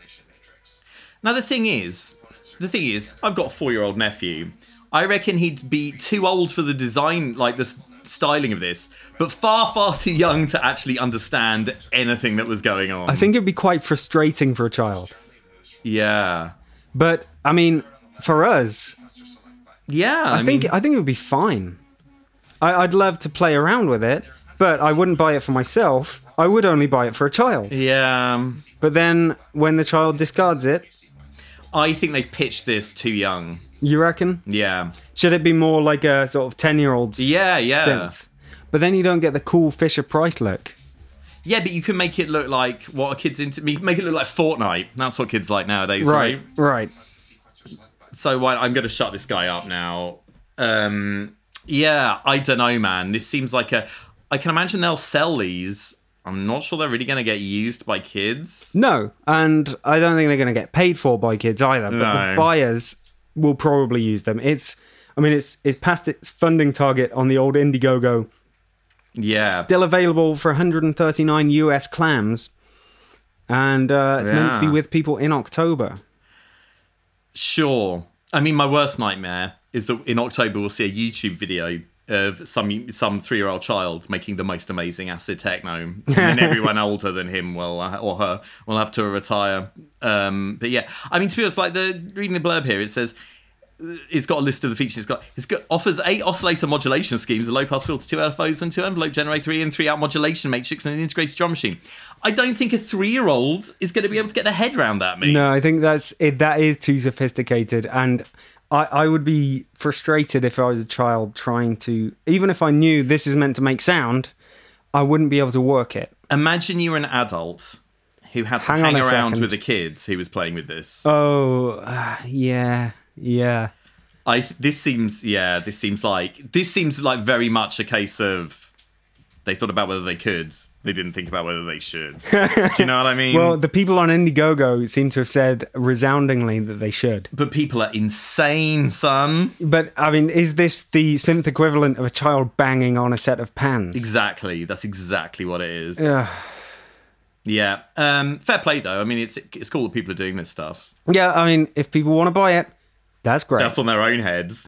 Speaker 1: Now the thing is, the thing is, I've got a four-year-old nephew. I reckon he'd be too old for the design, like the s- styling of this, but far, far too young to actually understand anything that was going on.
Speaker 2: I think it'd be quite frustrating for a child.
Speaker 1: Yeah.
Speaker 2: But I mean, for us,
Speaker 1: Yeah. I,
Speaker 2: I, think
Speaker 1: mean,
Speaker 2: I think it would be fine. I, I'd love to play around with it, but I wouldn't buy it for myself. I would only buy it for a child.
Speaker 1: yeah. um,
Speaker 2: But then when the child discards it,
Speaker 1: I think they've pitched this too young.
Speaker 2: You reckon?
Speaker 1: Yeah.
Speaker 2: Should it be more like a sort of ten-year-old's
Speaker 1: Yeah, yeah.
Speaker 2: synth? But then you don't get the cool Fisher Price look.
Speaker 1: Yeah, but you can make it look like what a kid's into. you can Make it look like Fortnite. That's what kids like nowadays, right?
Speaker 2: right.
Speaker 1: So why, I'm going to shut this guy up now. Um, yeah, I don't know, man. This seems like a. I can imagine they'll sell these. I'm not sure they're really going to get used by kids.
Speaker 2: No, and I don't think they're going to get paid for by kids either. But
Speaker 1: No.
Speaker 2: the buyers will probably use them. It's, I mean, it's it's past its funding target on the old Indiegogo.
Speaker 1: Yeah,
Speaker 2: Still available for 139 US clams, and uh, it's meant to be
Speaker 1: Yeah.
Speaker 2: with people in October.
Speaker 1: sure. I mean, my worst nightmare is that in October we'll see a YouTube video of some some three year old child making the most amazing acid techno, and then everyone older than him will uh, or her will have to retire. Um, but yeah, I mean, to be honest, like the reading the blurb here, it says uh, it's got a list of the features. It's got it's got offers eight oscillator modulation schemes, a low pass filter, two LFOs, and two envelope generator, three in, three out modulation matrix, and an integrated drum machine. I don't think a three year old is going to be able to get their head round that. Me,
Speaker 2: No, I think that's it. That is too sophisticated, and I, I would be frustrated if I was a child trying to, even if I knew this is meant to make sound, I wouldn't be able to work it.
Speaker 1: imagine you're an adult who had to
Speaker 2: Hang on
Speaker 1: hang
Speaker 2: a
Speaker 1: around
Speaker 2: second.
Speaker 1: with the kids who was playing with this.
Speaker 2: Oh, ah, yeah, yeah.
Speaker 1: I this seems yeah, this seems like this seems like very much a case of they thought about whether they could, they didn't think about whether they should. Do you know what I mean?
Speaker 2: Well, the people on Indiegogo seem to have said resoundingly that they should.
Speaker 1: but people are insane, son.
Speaker 2: But I mean, is this the synth equivalent of a child banging on a set of pans?
Speaker 1: Exactly. That's exactly what it is.
Speaker 2: Ugh.
Speaker 1: Yeah. Um, fair play though. I mean, it's it's cool that people are doing this stuff.
Speaker 2: Yeah, I mean, if people want to buy it, that's great.
Speaker 1: That's on their own heads.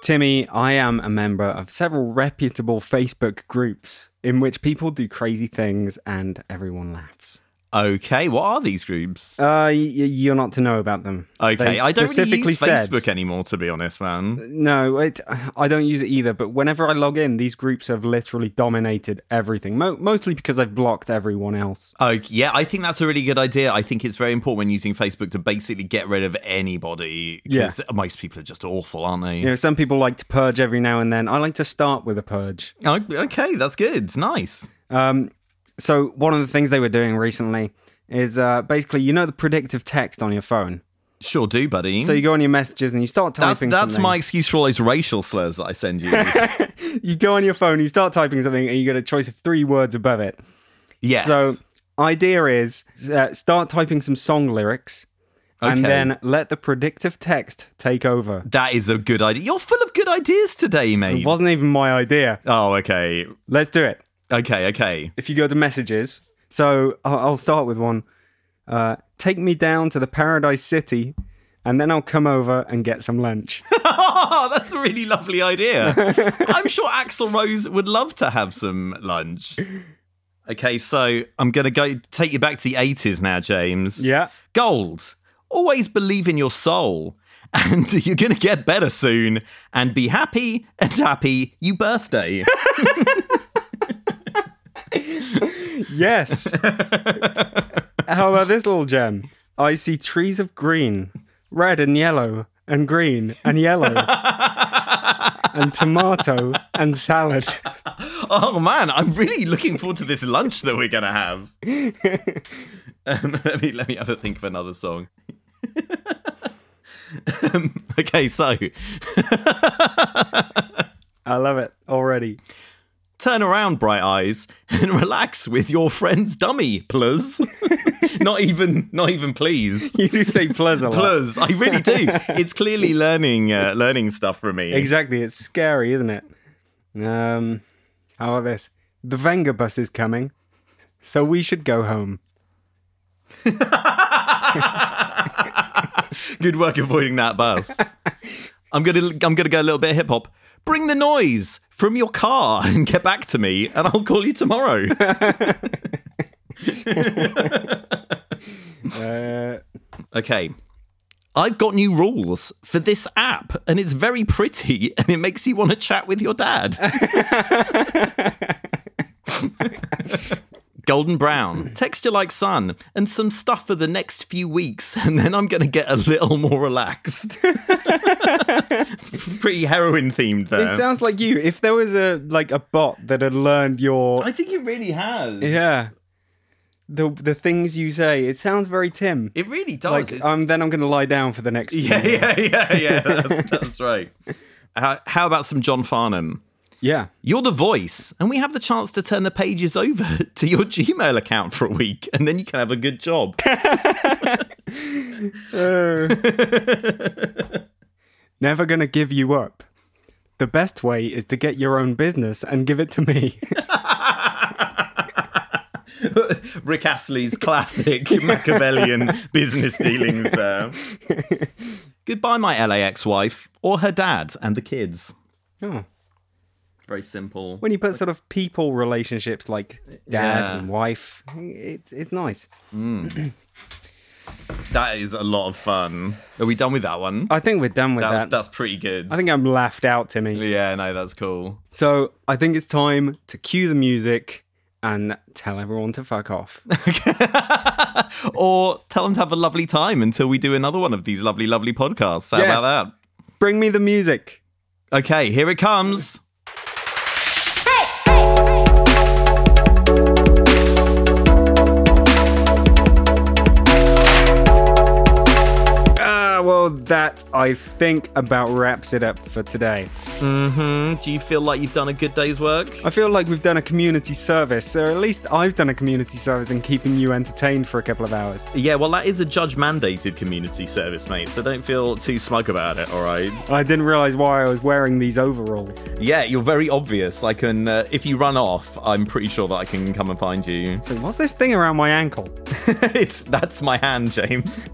Speaker 2: Timmy, I am a member of several reputable Facebook groups in which people do crazy things and everyone laughs.
Speaker 1: Okay. What are these groups?
Speaker 2: Uh, y- y- you're not to know about them.
Speaker 1: okay.
Speaker 2: They
Speaker 1: I don't really
Speaker 2: specifically
Speaker 1: use
Speaker 2: said-
Speaker 1: Facebook anymore, to be honest, man.
Speaker 2: No, it, I don't use it either. But whenever I log in, these groups have literally dominated everything. Mo- mostly because I've blocked everyone else.
Speaker 1: Oh yeah, I think that's a really good idea. I think it's very important when using Facebook to basically get rid of anybody because most people are just awful, aren't they?
Speaker 2: You know, some people like to purge every now and then. I like to start with a purge.
Speaker 1: Oh, Okay, that's good. Nice.
Speaker 2: Um, so one of the things they were doing recently is uh, basically, you know, the predictive text on your phone.
Speaker 1: Sure do, buddy.
Speaker 2: So you go on your messages and you start
Speaker 1: that's
Speaker 2: typing.
Speaker 1: that's
Speaker 2: something.
Speaker 1: my excuse for all those racial slurs that I send you.
Speaker 2: You go on your phone, you start typing something, and you get a choice of three words above it.
Speaker 1: yes.
Speaker 2: So idea is uh, start typing some song lyrics, and
Speaker 1: Okay.
Speaker 2: then let the predictive text take over.
Speaker 1: That is a good idea. You're full of good ideas today, mate.
Speaker 2: It wasn't even my idea.
Speaker 1: Oh, okay.
Speaker 2: Let's do it.
Speaker 1: Okay, okay.
Speaker 2: If you go to messages, so I'll, I'll start with one. Uh, take me down to the paradise city, and then I'll come over and get some lunch.
Speaker 1: That's a really lovely idea. I'm sure Axel Rose would love to have some lunch. Okay, so I'm going to go take you back to the 80s now, James.
Speaker 2: yeah.
Speaker 1: Gold. Always believe in your soul. And you're going to get better soon. And be happy and happy you birthday.
Speaker 2: Yes. How about this little gem? I see trees of green, red and yellow, and green and yellow, and tomato and salad.
Speaker 1: Oh man, I'm really looking forward to this lunch that we're gonna have. um, let me let me have a think of another song. um, okay, so
Speaker 2: I love it already.
Speaker 1: turn around, bright eyes, and relax with your friend's dummy, plus. not even, not even, please.
Speaker 2: You do say plus a lot.
Speaker 1: Plus, I really do. It's clearly learning, uh, learning stuff from me.
Speaker 2: Exactly. It's scary, isn't it? Um, how about this? The Venga bus is coming, so we should go home.
Speaker 1: Good work avoiding that bus. I'm gonna I'm gonna go a little bit hip hop. Bring the noise from your car and get back to me, and I'll call you tomorrow.
Speaker 2: Uh,
Speaker 1: okay. I've got new rules for this app, and it's very pretty, and it makes you want to chat with your dad. golden brown, texture like sun, and some stuff for the next few weeks, and then I'm going to get a little more relaxed. Pretty heroin themed there.
Speaker 2: It sounds like you. If there was a like a bot that had learned your
Speaker 1: I think it really has.
Speaker 2: yeah, the the things you say, it sounds very Tim.
Speaker 1: It really does.
Speaker 2: Like
Speaker 1: It's-
Speaker 2: um, then I'm going to lie down for the next. few
Speaker 1: yeah,
Speaker 2: minutes.
Speaker 1: yeah, yeah, yeah. That's, that's right. How, how about some John Farnham?
Speaker 2: yeah.
Speaker 1: You're the voice, and we have the chance to turn the pages over to your Gmail account for a week, and then you can have a good job.
Speaker 2: Never going to give you up. The best way is to get your own business and give it to me.
Speaker 1: Rick Astley's classic Machiavellian business dealings there. Goodbye, my LAX wife, or her dad and the kids.
Speaker 2: oh.
Speaker 1: Very simple.
Speaker 2: When you put sort of people relationships like dad
Speaker 1: Yeah.
Speaker 2: and wife, it's it's nice.
Speaker 1: That is a lot of fun. Are we done with that one?
Speaker 2: I think we're done with
Speaker 1: That's,
Speaker 2: that.
Speaker 1: that's pretty good.
Speaker 2: I think I'm laughed out, Timmy.
Speaker 1: Yeah, no, that's cool.
Speaker 2: So I think it's time to cue the music and tell everyone to fuck off.
Speaker 1: or tell them to have a lovely time until we do another one of these lovely, lovely podcasts. How
Speaker 2: Yes.
Speaker 1: about
Speaker 2: Bring me the music.
Speaker 1: that? Okay, here it comes.
Speaker 2: Ah, well, that I think about wraps it up for today.
Speaker 1: Mm, Do you feel like you've done a good day's work?
Speaker 2: I feel like we've done a community service, or at least I've done a community service in keeping you entertained for a couple of hours.
Speaker 1: Yeah, well, that is a judge mandated community service, mate, so don't feel too smug about it, all right?
Speaker 2: I didn't realize why I was wearing these overalls.
Speaker 1: Yeah, you're very obvious. I can, uh, if you run off, I'm pretty sure that I can come and find you.
Speaker 2: So what's this thing around my ankle?
Speaker 1: it's That's my hand, James.